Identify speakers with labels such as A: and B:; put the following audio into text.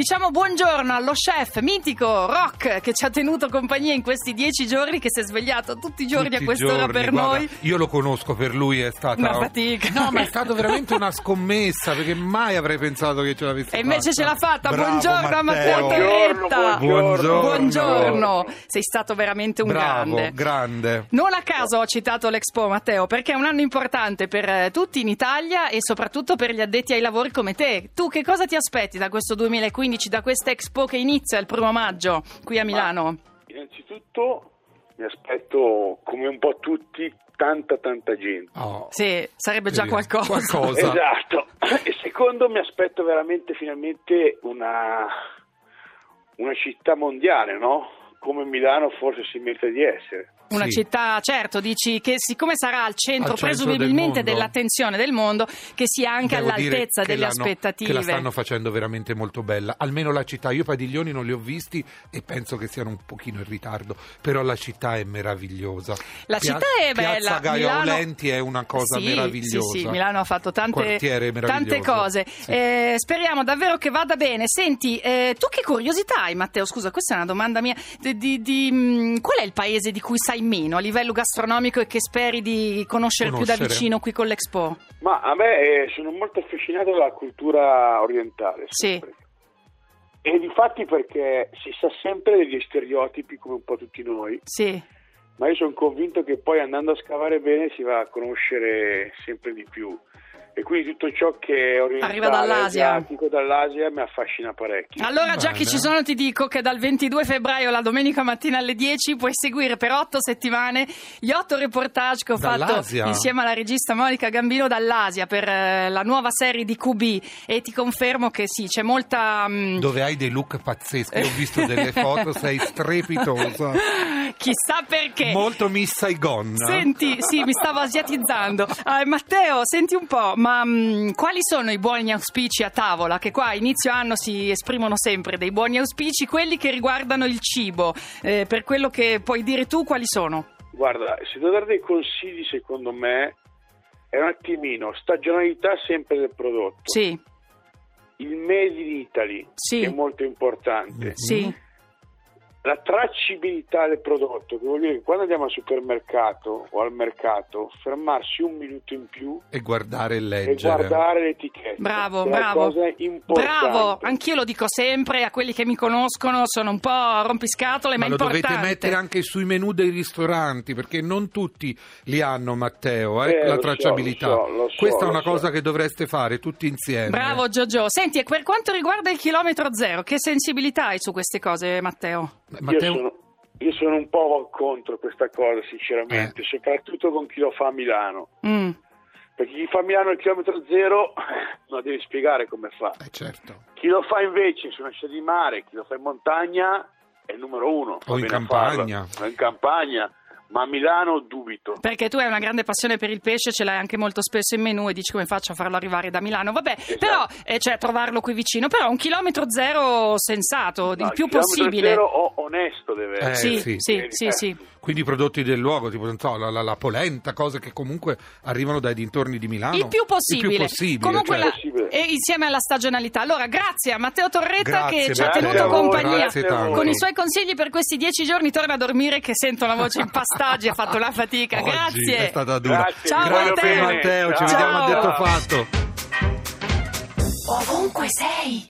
A: Diciamo buongiorno allo chef mitico Rock che ci ha tenuto compagnia in questi dieci giorni, che si è svegliato tutti i giorni
B: Tutti
A: a
B: i
A: quest'ora
B: giorni,
A: per
B: guarda,
A: noi.
B: Io lo conosco, per lui è stata
A: Una fatica.
B: No, ma è stata veramente una scommessa perché mai avrei pensato che ce l'avessi
A: E invece ce l'ha fatta.
B: Bravo,
A: buongiorno a Matteo
C: Buongiorno,
A: Torretta.
B: buongiorno.
A: Buongiorno. Sei stato veramente un
B: Bravo,
A: grande. Non a caso ho citato l'Expo Matteo, perché è un anno importante per eh, tutti in Italia e soprattutto per gli addetti ai lavori come te. Tu che cosa ti aspetti da questo 2015, da questa Expo che inizia il primo maggio qui a Milano?
C: Innanzitutto mi aspetto, come un po' tutti, tanta tanta gente.
B: Oh,
A: Sì, sarebbe già
B: sì,
A: qualcosa.
B: qualcosa.
C: Esatto. E secondo mi aspetto veramente finalmente una, una città mondiale, no? Come Milano forse si merita di essere.
A: Una
B: Sì.
A: città, certo, dici che siccome sarà al centro,
B: Al centro
A: presumibilmente
B: del mondo.
A: dell'attenzione del mondo, che sia anche
B: Devo dire
A: all'altezza
B: che
A: delle
B: l'hanno- Che la stanno
A: aspettative.
B: facendo veramente molto bella, almeno la città. Io i padiglioni non li ho visti e penso che siano un pochino in ritardo, però la città è meravigliosa.
A: La
B: Pia-
A: città è bella.
B: Piazza Gaia
A: Milano-
B: Aulenti è una cosa
A: Sì,
B: meravigliosa.
A: Sì, sì, Milano ha fatto tante,
B: Quartiere meraviglioso.
A: tante cose.
B: Sì.
A: Eh, speriamo davvero che vada bene. Senti, eh, tu che curiosità hai, Matteo? Scusa, questa è una domanda mia. Di, di- di, mh, qual è il paese di cui sai meno a livello gastronomico e che speri di conoscere, più da
B: Conoscere.
A: vicino qui con l'Expo?
C: Ma a me eh, sono molto affascinato dalla cultura orientale.
A: Sì.
C: sempre. E difatti perché si sa sempre degli stereotipi come un po' tutti noi.
A: Sì.
C: ma io sono convinto che poi andando a scavare bene si va a conoscere sempre di più e quindi tutto ciò che è orientale,
A: Arriva dall'Asia.
C: asiatico, dall'Asia mi affascina parecchio.
A: Allora, già
B: Bene.
A: che ci sono, ti dico che dal 22 febbraio, la domenica mattina alle 10, puoi seguire per otto settimane gli otto reportage che ho
B: Dall'Asia?
A: fatto insieme alla regista Monica Gambino dall'Asia per eh, la nuova serie di QB. E ti confermo che sì, c'è molta. mm, mh,
B: Dove hai dei look pazzeschi, ho visto delle foto, sei strepitosa.
A: Chissà perché.
B: Molto Miss Saigon. eh?
A: Senti, sì, mi stavo asiatizzando. Ah, Matteo, senti un po', ma mh, quali sono i buoni auspici a tavola? Che qua a inizio anno si esprimono sempre dei buoni auspici, quelli che riguardano il cibo. Eh, per quello che puoi dire tu, quali sono?
C: Guarda, se devo dare dei consigli secondo me è un attimino stagionalità sempre del prodotto,
A: Sì,
C: il made in Italy
A: Sì.
C: che è molto importante,
A: sì,
C: la tracciabilità del prodotto che vuol dire che quando andiamo al supermercato o al mercato fermarsi un minuto in più
B: E guardare e
C: e
B: leggere.
C: guardare l'etichetta.
A: bravo,
C: che è una
A: bravo.
C: cosa importante.
A: Bravo, anch'io lo dico sempre a quelli che mi conoscono, sono un po' rompiscatole, Eh, ma,
B: Ma
A: è
B: lo
A: importante.
B: dovete mettere anche sui menu dei ristoranti, perché non tutti li hanno, Matteo, eh,
C: Eh,
B: la
C: lo so,
B: tracciabilità.
C: lo so, lo so,
B: Questa è
C: lo
B: una
C: so.
B: cosa che dovreste fare tutti insieme.
A: Bravo Giorgio. Senti, e per quanto riguarda il chilometro zero, che sensibilità hai su queste cose, Matteo?
B: Matteo,
C: Io, sono, io sono un po' contro questa cosa,
B: Eh.
C: sinceramente, soprattutto con chi lo fa a Milano.
A: Mm.
C: Perché chi fa a Milano il chilometro zero lo devi spiegare come fa.
B: eh, certo.
C: Chi lo fa invece su una scia di mare, chi lo fa in montagna è il numero uno.
B: O
C: va
B: in
C: bene a
B: campagna.
C: farlo. O in campagna, ma a Milano dubito.
A: Perché tu hai una grande passione per il pesce, ce l'hai anche molto spesso in menù e dici come faccio a farlo arrivare da Milano. Vabbè,
C: Esatto.
A: però, eh, cioè trovarlo qui vicino, però un chilometro zero sensato,
C: No,
A: il più
C: chilometro
A: possibile.
C: Zero o onesto deve
B: Eh,
C: essere.
A: sì, sì,
B: sì.
A: sì,
C: Eh,
A: sì,
C: eh.
B: Quindi i prodotti del luogo, tipo non so, la, la- la polenta, cose che comunque arrivano dai dintorni di Milano.
A: Il più possibile.
B: possibile,
A: Comunque
B: cioè.
A: la-
C: Possibile.
A: e insieme alla stagionalità. Allora, grazie a Matteo Torretta
B: Grazie,
A: che ci ha
B: Matteo.
A: tenuto compagnia
B: Grazie tanto.
A: con i suoi consigli per questi dieci giorni. Torna a dormire che sento la voce impastaggi, ha fatto la fatica.
B: Oggi
A: grazie.
B: È stata dura.
C: Grazie,
A: Ciao,
B: grazie
A: Matteo.
B: Matteo, ci
C: Ciao.
B: vediamo a detto fatto.
D: ovunque sei.